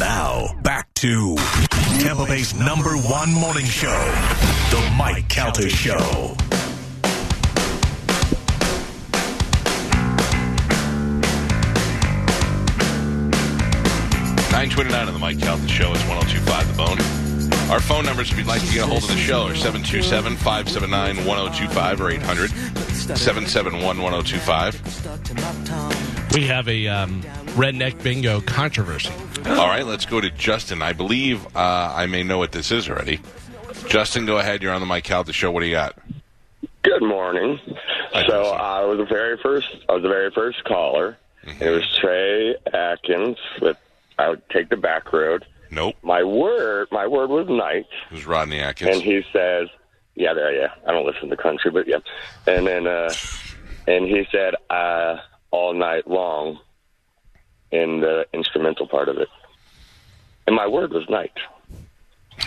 Now, back to Tampa Bay's number one morning show, The Mike Calter Show. Nine twenty nine on the Mike Calton Show is one zero two five the bone. Our phone numbers, if you'd like to get a hold of the show, are 727 579 1025 or 800 771 1025. We have a um, redneck bingo controversy. All right, let's go to Justin. I believe uh, I may know what this is already. Justin, go ahead. You're on the Mike Calton Show. What do you got? Good morning. Hi, so Jason. I was the very first. I was the very first caller. Mm-hmm. It was Trey Atkins. With I would take the back road. Nope. My word, my word was night, It was Rodney Atkins. and he says, "Yeah, there, yeah." I don't listen to country, but yeah. And then, uh, and he said, uh, "All night long," in the instrumental part of it. And my word was night.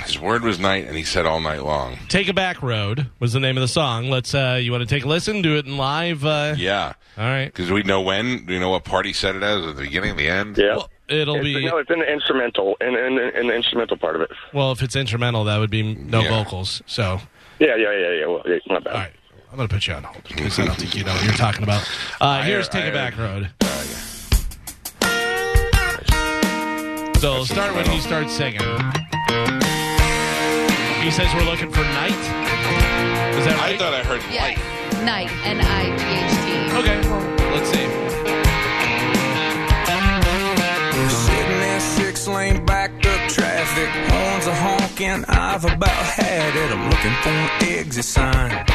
His word was night, and he said all night long. Take a Back Road was the name of the song. Let's. Uh, you want to take a listen? Do it in live. Uh, Yeah. All right. Because we know when. Do you know what party said it as? At the beginning, the end? Yeah. Well, it'll It's- be no, it's in the instrumental, in, in, in the instrumental part of it. well if it's instrumental. That would be no Yeah. vocals. So Yeah, yeah, yeah, yeah. Well, yeah not bad. all right. I'm gonna put you on hold because I don't think you know what you're talking about. Uh, here's heard- Take I Uh, a Back Road. So start when he starts singing. He says we're looking for night. Is that right? I thought I heard light. Night. N I G H T. Okay. Let's see. Sitting in six lane backed up traffic, horns are honking. I've about had it. I'm looking for an exit sign.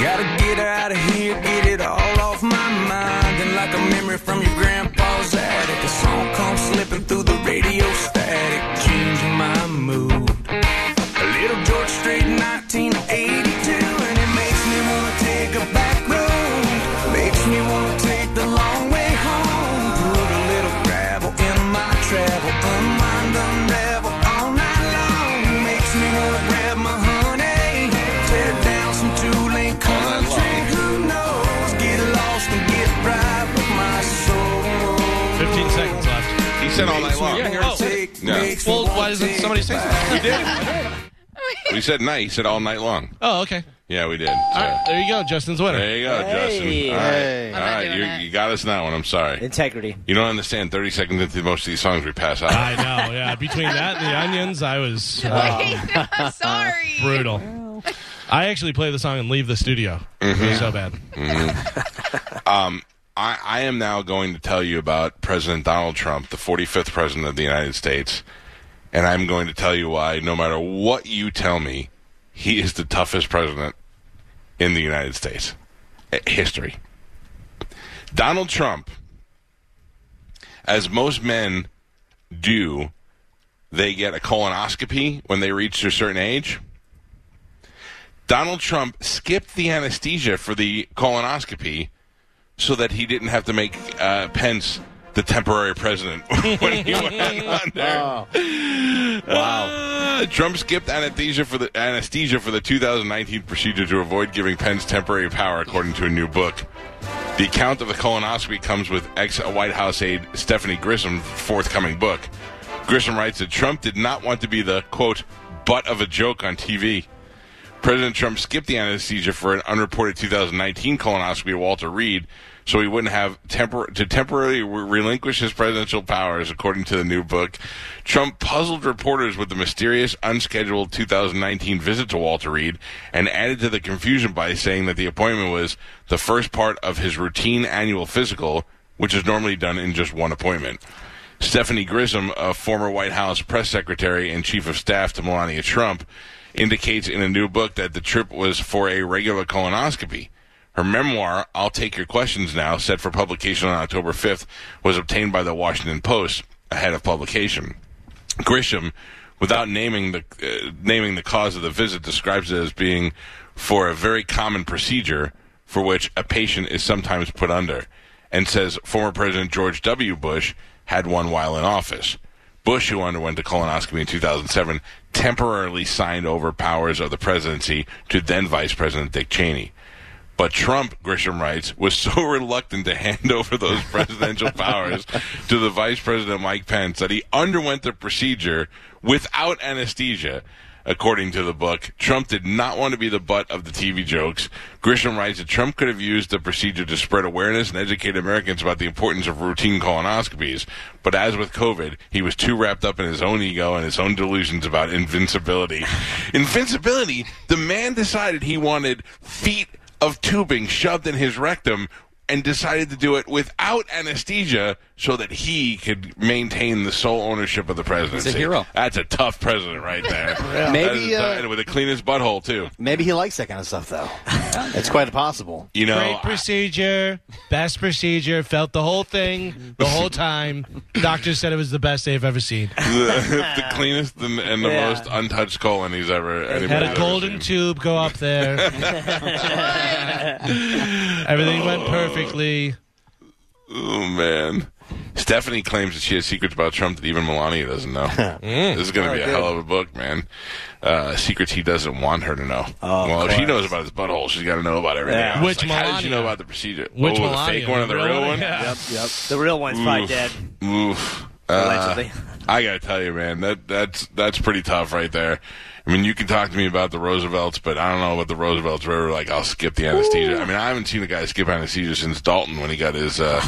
Gotta get out of here, get it all off my mind. And like a memory from your grandpa's attic, a song comes slipping through the radio static, changing my mood. A little George Strait, 1982, and it makes me wanna take a back road. Makes me wanna take the long way home. Put a little gravel in my travel, unwind, unravel all night long. Makes me wanna grab my honey, tear down some two-lane country. Who knows? Get lost and get right with my soul. 15 seconds left. He said all night long. Yeah. Wanna Oh. take- Yeah. makes me Well, wanna why doesn't take somebody the say back something? We said night. He said all night long. Oh, okay. Yeah, we did. So, All right, there you go, Justin's winner. There you go, Justin. All right. Hey. All right, doing you, that. you got us now, and I'm sorry. Integrity. You don't understand. 30 seconds into most of these songs, we pass out. I know. Yeah, between that and the onions, I was uh, Wait, I'm sorry. brutal. I actually play the song and leave the studio. It was so bad. I, I am now going to tell you about President Donald Trump, the 45th president of the United States, and I'm going to tell you why, no matter what you tell me, he is the toughest president in the United States eh, history. Donald Trump, as most men do, they get a colonoscopy when they reach a certain age. Donald Trump skipped the anesthesia for the colonoscopy so that he didn't have to make uh, Pence the temporary president when he went on there. Wow. Trump skipped anesthesia for the anesthesia for the 2019 procedure to avoid giving Pence temporary power, according to a new book. The account of the colonoscopy comes with ex uh, White House aide Stephanie Grissom's forthcoming book. Grissom writes that Trump did not want to be the quote butt of a joke on TV. President Trump skipped the anesthesia for an unreported 2019 colonoscopy of Walter Reed, so he wouldn't have tempor- to temporarily re- relinquish his presidential powers, according to the new book. Trump puzzled reporters with the mysterious, unscheduled 2019 visit to Walter Reed and added to the confusion by saying that the appointment was the first part of his routine annual physical, which is normally done in just one appointment. Stephanie Grissom, a former White House press secretary and chief of staff to Melania Trump, indicates in a new book that the trip was for a regular colonoscopy. Her memoir, I'll Take Your Questions Now, set for publication on October 5th, was obtained by the Washington Post ahead of publication. Grisham, without naming the uh, naming the cause of the visit, describes it as being for a very common procedure for which a patient is sometimes put under, and says former President George W. Bush had one while in office. Bush, who underwent a colonoscopy in 2007, temporarily signed over powers of the presidency to then Vice President Dick Cheney. But Trump, Grisham writes, was so reluctant to hand over those presidential powers to the Vice President Mike Pence that he underwent the procedure without anesthesia. According to the book, Trump did not want to be the butt of the TV jokes. Grisham writes that Trump could have used the procedure to spread awareness and educate Americans about the importance of routine colonoscopies. But as with COVID, he was too wrapped up in his own ego and his own delusions about invincibility. invincibility? The man decided he wanted feet of tubing shoved in his rectum and decided to do it without anesthesia so that he could maintain the sole ownership of the presidency. hero. That's a tough president right there. That Maybe, is a tough- uh, and with the cleanest butthole too. Maybe he likes that kind of stuff, though. it's quite possible. You know, Great procedure, best procedure. Felt the whole thing the whole time. Doctor said it was the best they've ever seen. the, the cleanest and, and the Yeah. most untouched colon he's ever anybody's Had a ever golden seen. tube go up there. Everything went perfectly. Oh man. Stephanie claims that she has secrets about Trump that even Melania doesn't know. Mm. This is going to be a hell of a book, man. Uh, secrets he doesn't want her to know. Oh, of well, if she course. knows about his butthole, she's got to know about everything. Yeah. else. Which Like, How did she Melania? know about the procedure? Which oh, Melania? the fake one or the real one? Yeah. Yep, yep. The real one's probably Oof. dead. Oof. Uh, Allegedly. I gotta tell you, man, that that's that's pretty tough right there. I mean, you can talk to me about the Roosevelts, but I don't know about the Roosevelts. Where we're like, I'll skip the anesthesia. I mean, I haven't seen a guy skip anesthesia since Dalton when he got his uh,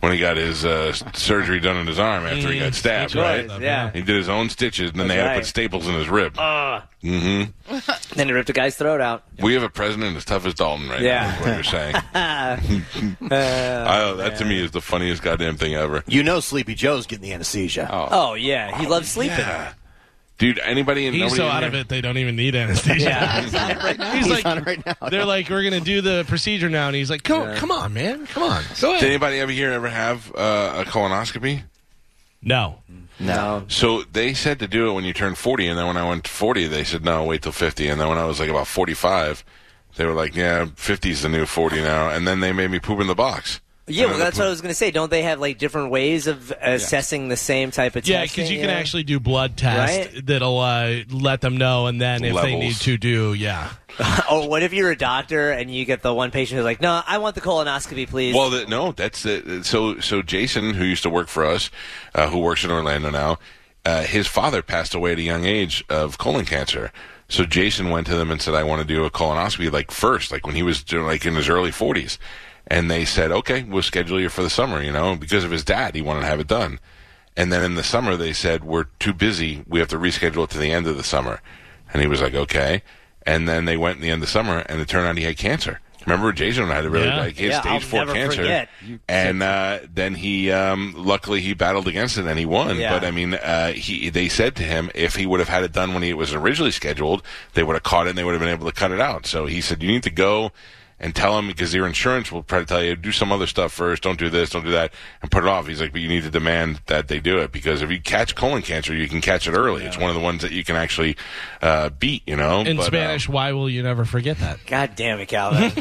when he got his uh, s- surgery done in his arm after Mm, he got stabbed. Right? Right, yeah. He did his own stitches, and then they That's had to right. put staples in his rib. Then he ripped a guy's throat out. we have a president as tough as Dalton right Yeah. now. Is what you're saying? I, that to me is the funniest goddamn thing ever. You know, Sleepy Joe's getting the anesthesia. Oh yeah, he loves sleeping. Yeah. Dude, anybody in He's nobody so in out here- of it they don't even need anesthesia. Yeah. He's He's like, on it right now. they're like, we're gonna do the procedure now, and he's like, come, come on, man, come on, go Did ahead. anybody ever here ever have uh, a colonoscopy? No, no. So they said to do it when you turn 40, and then when I went to 40, they said, no, wait till 50. And then when I was like about 45, they were like, yeah, 50's the new 40 now. And then they made me poop in the box. Yeah, And well, then that's the what I poop- was going to say. Don't they have like different ways of assessing the same type of yeah, testing? because you can actually do blood tests Right? that'll uh, let them know, and then if they Levels. need to do, yeah, Or Oh, what if you're a doctor and you get the one patient who's like, "No, I want the colonoscopy, please." Well, the, no, that's the, so. So Jason, who used to work for us, uh, who works in Orlando now, uh, his father passed away at a young age of colon cancer. So Jason went to them and said, "I want to do a colonoscopy like first, like when he was doing, like in his early 40s." And they said, "Okay, we'll schedule you for the summer." You know, because of his dad, he wanted to have it done. And then in the summer, they said, We're too busy. We have to reschedule it to the end of the summer. And he was like, Okay. And then they went in the end of the summer, and it turned out he had cancer. Remember, Jason had a really Yeah. like his Yeah, stage I'll four never cancer, forget. and uh, then he um, luckily he battled against it and he won. Yeah. But I mean, uh, he they said to him if he would have had it done when he was originally scheduled, they would have caught it and they would have been able to cut it out. So he said, you need to go and tell him because your insurance will try to tell you do some other stuff first, don't do this, don't do that, and put it off. He's like, but you need to demand that they do it because if you catch colon cancer, you can catch it early. It's one of the ones that you can actually uh, beat. You know, in But, uh, Spanish, why will you never forget that? God damn it, Calvin.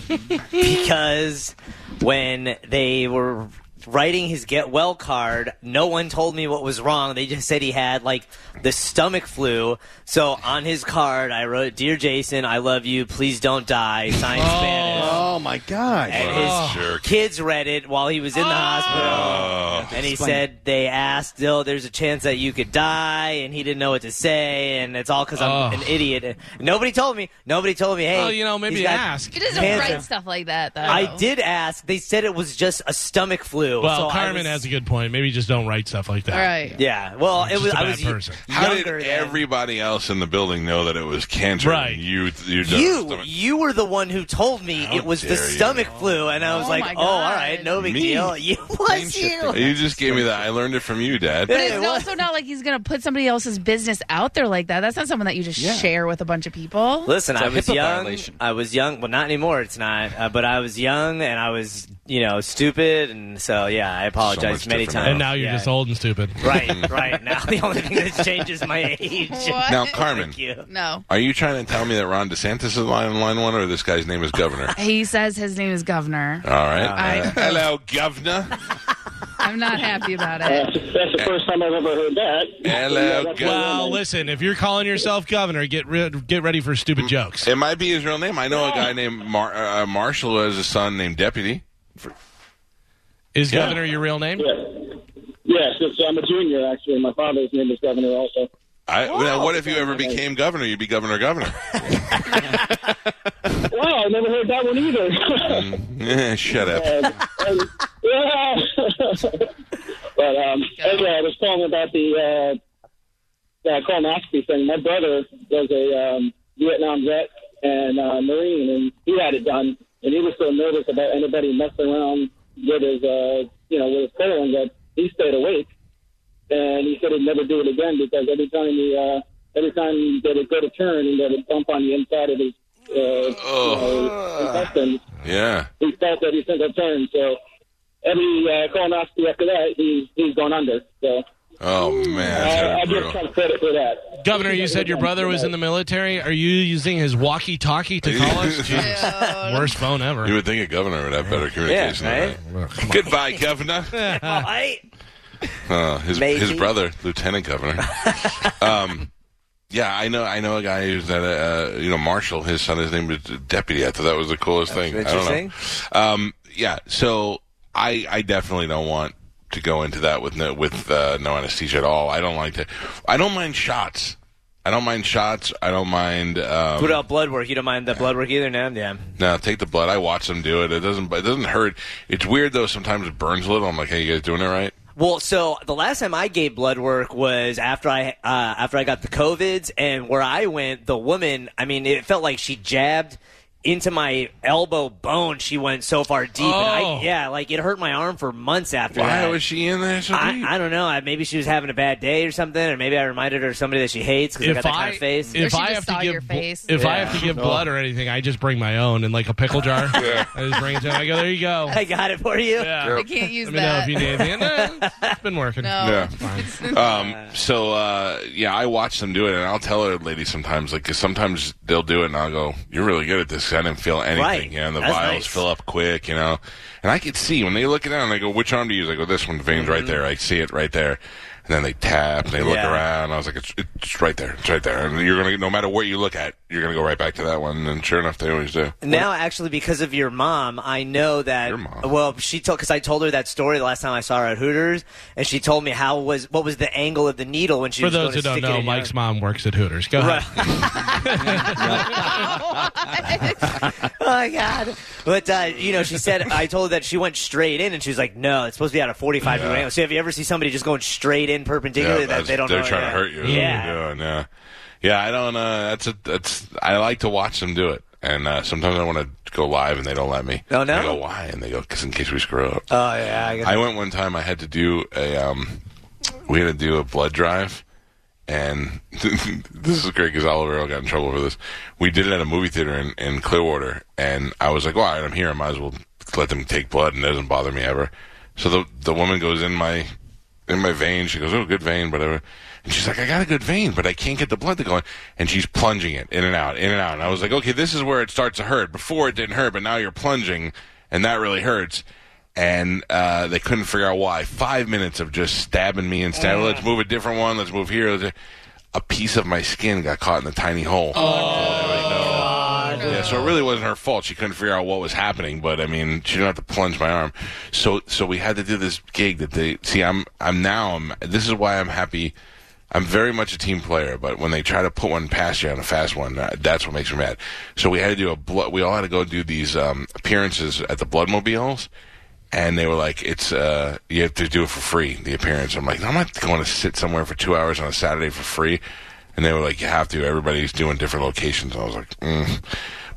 because when they were writing his get well card, no one told me what was wrong. They just said he had like the stomach flu. So on his card, I wrote, "Dear Jason, I love you. Please don't die." Signed Spanish. Oh my gosh. And Oh. his Jerk. kids read it while he was in the hospital. Oh. And he said they asked, "Oh, there's a chance that you could die," and he didn't know what to say, and it's all because I'm Oh. an idiot. And Nobody told me. Nobody told me. Hey, well, you know, maybe he's got- ask. He doesn't Hands write down. stuff like that, though. I did ask. They said it was just a stomach flu. Well, so I Carmen was- has a good point. Maybe just don't write stuff like that. All right. Yeah. Well, it Just was. a I bad was person. How did younger than- everybody else in the building know that it was cancer? Right. You, you, You, you were the one who told me it was the dare you. stomach flu, and I was Oh my like, oh, God. all right, no big Me? deal. You was you. Oh, You just gave me that. I learned it from you, Dad. But it's also not like he's going to put somebody else's business out there like that. That's not something that you just share with a bunch of people. Listen, It's a I was HIPAA young. violation. I was young. Well, not anymore. It's not. Uh, but I was young, and I was, you know, stupid, and so yeah, I apologize much many different times. And now you're Yeah. just old and stupid. Right, right. Now the only thing that's changed is my age. What? Now, Carmen, Thank you. No. are you trying to tell me that Ron DeSantis is lying in line one, or this guy's name is Governor? He says his name is Governor. All right. I- Uh, hello, Governor. I'm not happy about it. That's, that's the first time I've ever heard that. Hello, that's Governor. my Well, name. Uh, listen, if you're calling yourself governor, get re- get ready for stupid jokes. It might be his real name. I know a guy named Mar- uh, Marshall who has a son named Deputy. Is governor your real name? Yes, it's, I'm a junior, actually. My father's name is Governor also. I, now, what if you ever became governor? You'd be governor, governor. Wow, I never heard that one either. Eh, Shut up. And- yeah. but um, anyway, I was calling about the uh, uh, colonoscopy thing. My brother was a um, Vietnam vet and uh, Marine, and he had it done, and he was so nervous about anybody messing around with his, uh, you know, with his colon that he stayed awake. and he said he'd never do it again because every time he uh, every time that would go to turn and that would bump on the inside of his uh, you know, intestines, Oh, Yeah. he felt every single turn. So every uh, colonoscopy after that, he's he's gone under. So Oh man, Uh, I, I that's give brutal. some credit for that. Governor, you said your brother was in the military. Are you using his walkie-talkie to call us? Jesus. Worst phone You ever. would think a governor would have better communication. Yeah, than right? that. Goodbye, governor. All right. Uh, his Maybe. his brother, lieutenant governor. um, yeah, I know. I know a guy who's at a uh, you know Marshall. His son, his name is deputy. I thought that was the coolest thing. interesting. I don't know. Um, yeah. So I I definitely don't want to go into that with no with uh, no anesthesia at all. I don't like to. I don't mind shots. I don't mind shots. I don't mind. Um, What about blood work? You don't mind the blood work either, no? Yeah. No, take the blood. I watch them do it. It doesn't. It doesn't hurt. It's weird though. Sometimes it burns a little. I'm like, hey, you guys doing it right? Well, so the last time I gave blood work was after I uh, after I got the covids, and where I went, the woman, I mean, it felt like she jabbed into my elbow bone. She went so far deep, and Oh. I, yeah, like it hurt my arm for months after Why that. was she in there? So deep? I, I don't know. I, maybe she was having a bad day or something, or maybe I reminded her of somebody that she hates because I got that kind of face. Or if she just I have to saw give your bl- face. if I have to Oh. give blood or anything, I just bring my own in like a pickle jar. I just bring it to him. I go, there you go. I got it for you. Yeah. I can't use Let me know that. if you need anything. No, it's been working. no. Yeah. Um, so uh, yeah, I watch them do it, and I'll tell a lady sometimes, like, 'cause sometimes they'll do it, and I'll go, "You're really good at this." I didn't feel anything, Right. you know. And the That's vials nice. fill up quick, you know. And I could see when they look it down, they go, "Which arm to use?" I go, "This one, the veins right there. I see it right there." And then they tap, and they look Mm-hmm. Yeah. around. I was like, it's, "It's right there. It's right there." And you're gonna, no matter where you look at, you're gonna go right back to that one. And sure enough, they always do. Now, actually, because of your mom, I know that. Your mom? Well, she told because I told her that story the last time I saw her at Hooters, and she told me how was what was the angle of the needle when she For was those going to who don't stick it know, in Mike's your... mom works at Hooters. Go ahead. Oh my god! But uh, you know, she said I told her that she went straight in, and she was like, "No, it's supposed to be at a forty-five degree angle." So, have you ever see somebody just going straight in perpendicular that that's- they don't? They're know, trying yeah. to hurt you. is what Yeah. they're doing, yeah. Yeah, I don't. Uh, that's a, that's. I like to watch them do it, and uh, sometimes I want to go live, and they don't let me. Oh, no? I go why, and they go because in case we screw up. Oh yeah. I guess. I went one time. I had to do a. Um, we had to do a blood drive, and this is great because Oliver Earl got in trouble for this. We did it at a movie theater in, in Clearwater, and I was like, "Well, all right, I'm here. I might as well let them take blood, and it doesn't bother me ever." So the the woman goes in my in my vein. She goes, "Oh, good vein, whatever." And she's like, "I got a good vein, but I can't get the blood to go in." And she's plunging it in and out, in and out. And I was like, "Okay, this is where it starts to hurt. Before it didn't hurt, but now you're plunging, and that really hurts." and uh, they couldn't figure out why. Five minutes of just stabbing me and stabbing. Let's move a different one. Let's move here. Let's- A piece of my skin got caught in the tiny hole. Yeah, so it really wasn't her fault. She couldn't figure out what was happening, but I mean, she didn't have to plunge my arm. So, so we had to do this gig that they see. I'm, I'm now. I'm. This is why I'm happy. I'm very much a team player, but when they try to put one past you on a fast one, uh, that's what makes me mad. So we had to do a blood. We all had to go do these um, appearances at the Bloodmobiles, and they were like, "It's uh, you have to do it for free." The appearance. I'm like, I'm not going to sit somewhere for two hours on a Saturday for free. And they were like, "You have to." Everybody's doing different locations. And I was like, mm.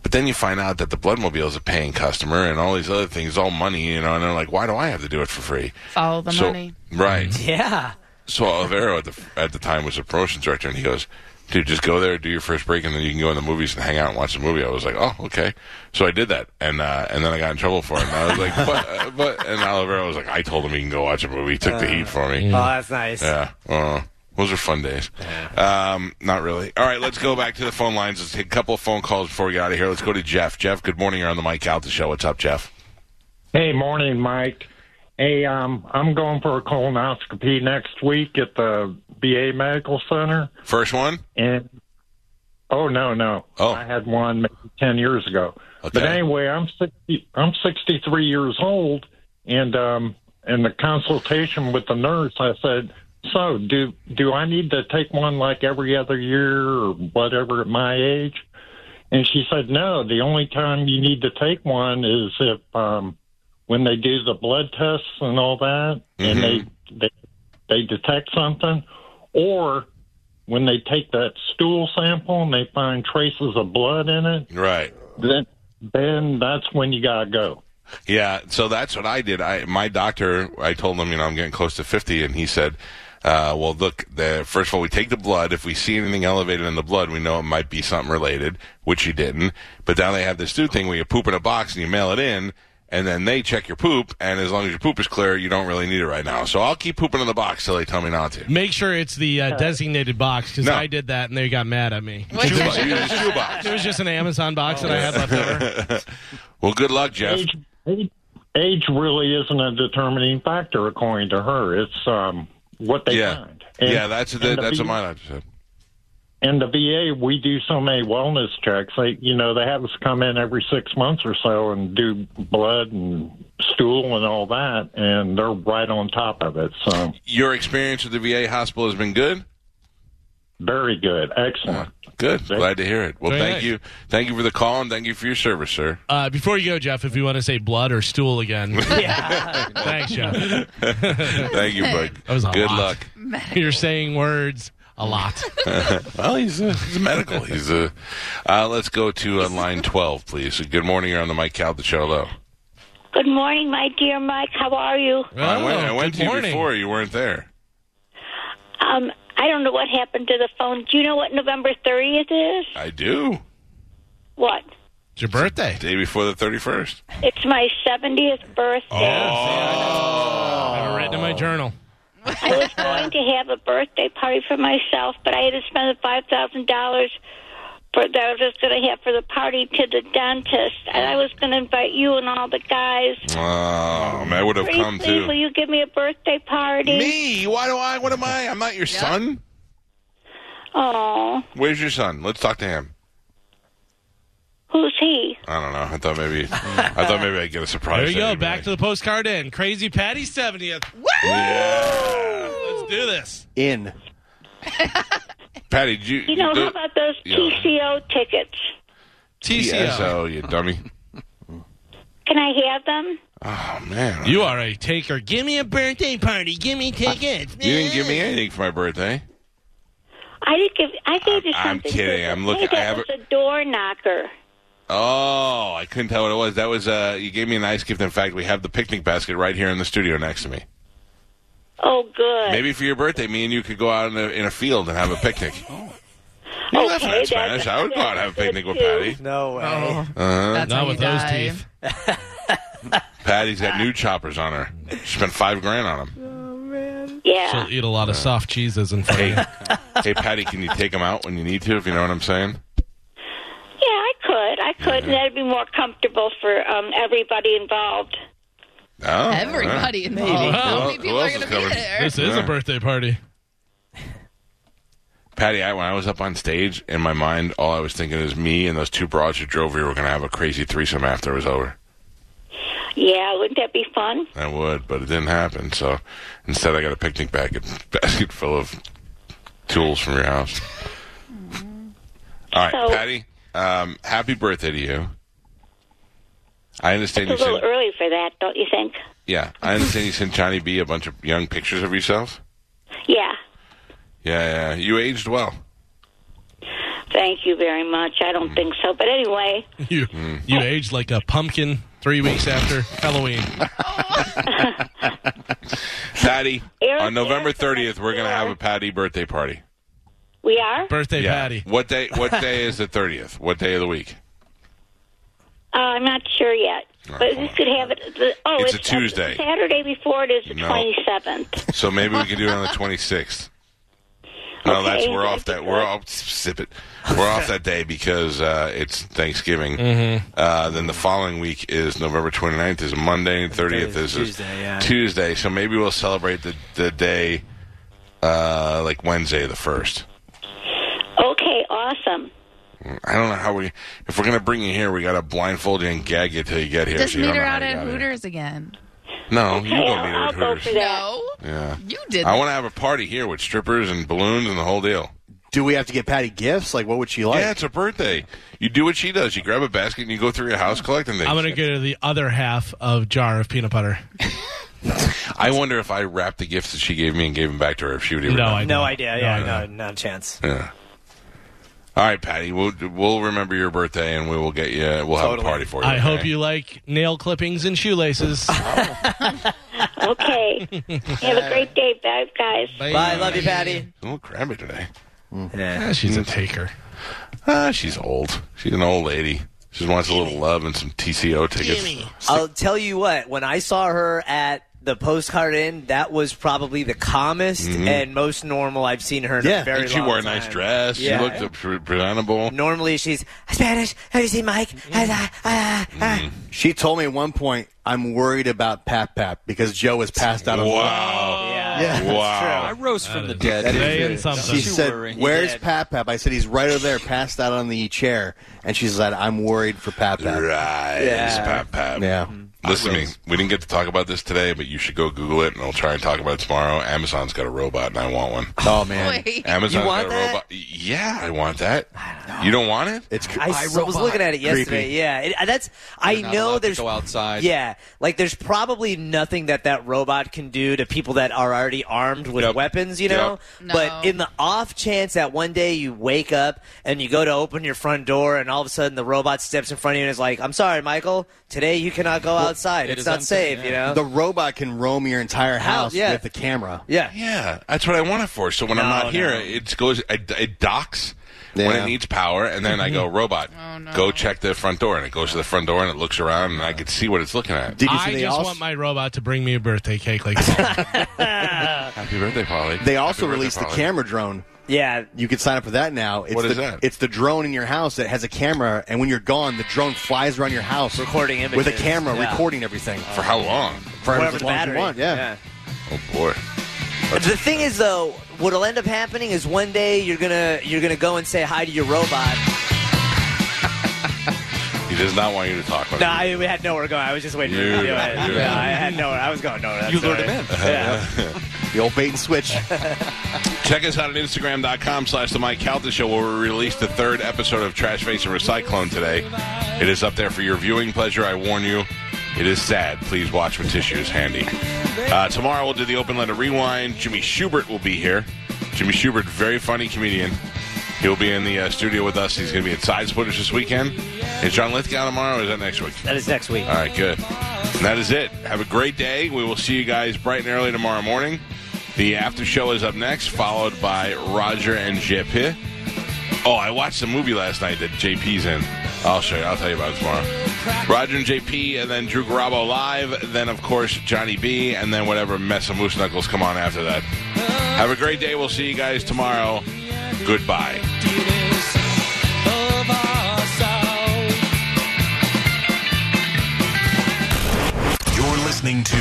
But then you find out that the Bloodmobile is a paying customer and all these other things, all money, you know, and they're like, why do I have to do it for free? Follow the So- money. Right. Yeah. So Olivero at the at the time was the promotion director, and he goes, "Dude, just go there, do your first break, and then you can go in the movies and hang out and watch the movie." I was like, "Oh, okay." So I did that, and uh, and then I got in trouble for it. And I was like, "But, uh, but," and Olivero was like, "I told him he can go watch a movie." He took the heat for me. Oh, that's nice. Yeah. Uh, those are fun days. Um, not really. All right, let's go back to the phone lines. Let's take a couple of phone calls before we get out of here. Let's go to Jeff. Jeff, good morning. You're on the Mike Alta Show. What's up, Jeff? Hey, morning, Mike. Hey, um, I'm going for a colonoscopy next week at the VA Medical Center. First one? And oh no, no, oh, I had one maybe ten years ago. But anyway, I'm sixty. I'm sixty three years old, and um, in the consultation with the nurse, I said, "So, do do I need to take one like every other year or whatever at my age?" And she said, "No. The only time you need to take one is if um, when they do the blood tests and all that, and Mm-hmm. they they they detect something, or when they take that stool sample and they find traces of blood in it, Right. then then that's when you gotta go. Yeah, so that's what I did. I my doctor, I told him, you know, I'm getting close to 50, and he said, uh, "Well, look, the, first of all, we take the blood. If we see anything elevated in the blood, we know it might be something related, which he didn't. But now they have this new thing where you poop in a box and you mail it in." And then they check your poop, and as long as your poop is clear, you don't really need it right now. So I'll keep pooping in the box till they tell me not to. Make sure it's the uh, designated box because No. I did that and they got mad at me. Shoe box. You use a shoe box. It was just an Amazon box that I had left over. well, good luck, Jeff. Age, age age really isn't a determining factor according to her. It's um what they yeah, find. yeah, that's and the that's what V- my doctor said. And the VA, we do so many wellness checks. They, you know, they have us come in every six months or so and do blood and stool and all that, and they're right on top of it. So Your experience with the VA hospital has been good. very good, excellent. Good. Glad to hear it. Well, Very thank nice. you. Thank you for the call and thank you for your service, sir. Uh, before you go, Jeff, if you want to say blood or stool again, thanks, Jeff. thank you, bud. That was a Good lot. luck. You're saying words a lot. well, he's, uh, he's medical. He's uh, uh, let's go to uh, line twelve, please. Good morning. You're on the Mike Cal the show. Hello. Good morning, my dear Mike. How are you? I went, I went Oh, good to you morning. before. You weren't there. Um, I don't know what happened to the phone. Do you know what November 30th is? I do. What? It's your birthday. Day before the thirty first. It's my 70th birthday. Oh. I have it written in my journal. I was going to have a birthday party for myself, but I had to spend the $5,000 for that I was going to have for the party to the dentist, and I was going to invite you and all the guys. Oh, man, I would have Please, come please, will too. you give me a birthday party? Me? Why do I? What am I? I'm not your son. Oh, Where's your son? Let's talk to him. who's he? I don't know. I thought maybe. I thought maybe I'd get a surprise. There you that go. he Back to the postcard in. Crazy Patty 70th. Let's do this. In. Patty, did you? You know, do- how about those Yeah. TCO tickets? TSO, you dummy. Can I have them? Oh man, You are a taker. Give me a birthday party. Give me tickets. you didn't give me anything for my birthday. I did give. I gave you I'm something. kidding. I'm Hey, looking. I have. that was a door knocker. Oh, I couldn't tell what it was. That was. Uh, you gave me a nice gift. In fact, we have the picnic basket right here in the studio next to me. Oh, good. Maybe for your birthday, me and you could go out in a, in a field and have a picnic. You okay, laugh at that's- Spanish. I would go out and have a picnic with Patty. No way. Uh, Oh. That's how Not you with those die. teeth. Patty's got new choppers on her. She spent five grand on them. Yeah. She'll eat a lot of soft cheeses in front of you. Hey, Patty, can you take them out when you need to? If you know what I'm saying. Yeah, I could. I could. And that'd be more comfortable for um, everybody involved. Oh, all right. Everybody involved. Who How el- many people who are else going is to be coming? there? This is a birthday party. Patty, I, when I was up on stage, in my mind, all I was thinking is me and those two broads who drove here were going to have a crazy threesome after it was over. Yeah, wouldn't that be fun? I would, but it didn't happen. So instead, I got a picnic bag basket full of tools from your house. All right, So- Patty, um, happy birthday to you. I understand It's a you little sent, early for that, don't you think? yeah, I understand you sent Johnny B a bunch of young pictures of yourself. Yeah. Yeah, yeah, you aged well. Thank you very much. I Mm. don't think so. But anyway, You you aged like a pumpkin three weeks after Halloween. Patty, on November 30th, we're going to have a Patty birthday party. we are. Birthday Yeah. Patty. What day? What day is the 30th? What day of the week? Uh, I'm not sure yet. But we could have it. The, oh, Oh, It's it's, a Tuesday. Saturday before it is the No. 27th. So maybe we can do it on the 26th. No, Okay. that's we're off that we're off sip it. We're off that day because uh, it's Thanksgiving. Mhm. Mm-hmm. Uh, then the following week is November 29th is Monday, and 30th is Tuesday, yeah. Tuesday. So maybe we'll celebrate the the day uh, like Wednesday the first. Okay, awesome. I don't know how we if we're gonna bring you here, we gotta blindfold you and gag you till you get here. Just so you meet don't her know how out you got at here. Hooters again. No, you go meet her I'll at go Hooters. for that. Yeah. You did. I want to have a party here with strippers and balloons and the whole deal. Do we have to get Patty gifts? Like, what would she like? Yeah, it's her birthday. You do what she does. You grab a basket and you go through your house collecting things. I'm gonna get her the other half of jar of peanut butter. I wonder if I wrapped the gifts that she gave me and gave them back to her. If she would ever. No, know. I No don't. idea. No, Yeah, no, I not a chance. Yeah. All right, Patty. We'll we'll remember your birthday and we will get you. We'll have a party for you. I hope okay? you like nail clippings and shoelaces. Okay. have a great day, bye, guys. Bye. Love you, Patty. A little crabby today. Yeah. Ah, she's a taker. Ah, she's old. She's an old lady. She just wants a little love and some TCO tickets. I'll tell you what, when I saw her at the postcard inn, that was probably the calmest Mhm. and most normal I've seen her in a very And she long wore a time. nice dress. Yeah. She looked pre- presentable. Normally she's Spanish. Have you seen Mike? Ah, ah, ah. She told me at one point, I'm worried about Pap Pap because Joe was passed out on Wow. Yeah. Yeah. uh, Wow. rose from the dead. That is Saying it. something. She Too said, worried. "Where's Dead. Pap Pap?" I said, "He's right over there, passed out on the chair." And she said, "I'm worried for Pap Pap." Right. Yeah. Pap Pap. Yeah. Mm-hmm. Listen to me. We didn't get to talk about this today, but you should go Google it, and I'll try and talk about it tomorrow. Amazon's got a robot, and I want one. Oh man, Wait. Amazon's You want got a that? robot. Yeah, I want that. You don't want it? It's I s- was looking at it yesterday. Yeah, It- uh, that's. I not know allowed to there's go outside. Yeah, like there's probably nothing that that robot can do to people that are already armed with weapons, you know. Yep. But No. in the off chance that one day you wake up and you go to open your front door, and all of a sudden the robot steps in front of you and is like, "I'm sorry, Michael. Today you cannot go outside. it it's is not unsafe, safe," you know. The robot can roam your entire house Oh, yeah. with the camera. yeah. Yeah, that's what I want it for. So when I'm No, not here, no. it goes. It, it docks when Yeah. it needs power, and then I go Mm-hmm. robot. Oh, Go check the front door, and it goes to the front door, and it looks around, and I can see what it's looking at. Did you see I they just also want my robot to bring me a birthday cake. Like that. Happy birthday, Polly. they Happy also birthday, released the Polly. camera drone? Yeah, You can sign up for that now. It's What the, is that? It's the drone in your house that has a camera, and when you're gone, the drone flies around your house, Recording with a images. camera, Yeah. recording everything for how long? for Whatever as the long as battery. you want. Yeah. Oh boy. The thing is, though, what'll end up happening is one day you're gonna you're gonna go and say hi to your robot. He does not want you to talk about No, it. I, we had nowhere to go. I was just waiting for him to do it. Yeah, yeah. No, I had nowhere. I was going nowhere. That's You lured all him right. in. Yeah. The old bait and switch. Check us out at Instagram.com slash The Mike Calta Show, where we released the third episode of Trash Face and Recyclone today. It is up there for your viewing pleasure. I warn you, it is sad. Please watch with tissues handy. Uh, tomorrow we'll do the open letter rewind. Jimmy Schubert will be here. Jimmy Schubert, very funny comedian. He'll be in the uh, studio with us. He's going to be at Side Splitters this weekend. Is John Lithgow tomorrow or is that next week? That is next week. All right, good. And that is it. Have a great day. We will see you guys bright and early tomorrow morning. The after show is up next, followed by Roger and JP. Oh, I watched the movie last night that JP's in. I'll show you. I'll tell you about it tomorrow. Roger and JP, and then Drew Garabo live. Then, of course, Johnny B, and then whatever mess of moose knuckles come on after that. Have a great day. We'll see you guys tomorrow. Goodbye. You're listening to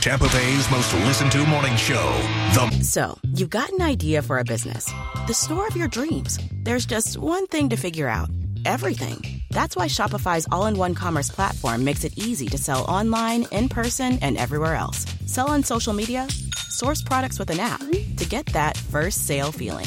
Tampa Bay's most listened to morning show, The So, you've got an idea for a business, the store of your dreams. There's just one thing to figure out everything. That's why Shopify's all in one commerce platform makes it easy to sell online, in person, and everywhere else. Sell on social media, source products with an app to get that first sale feeling.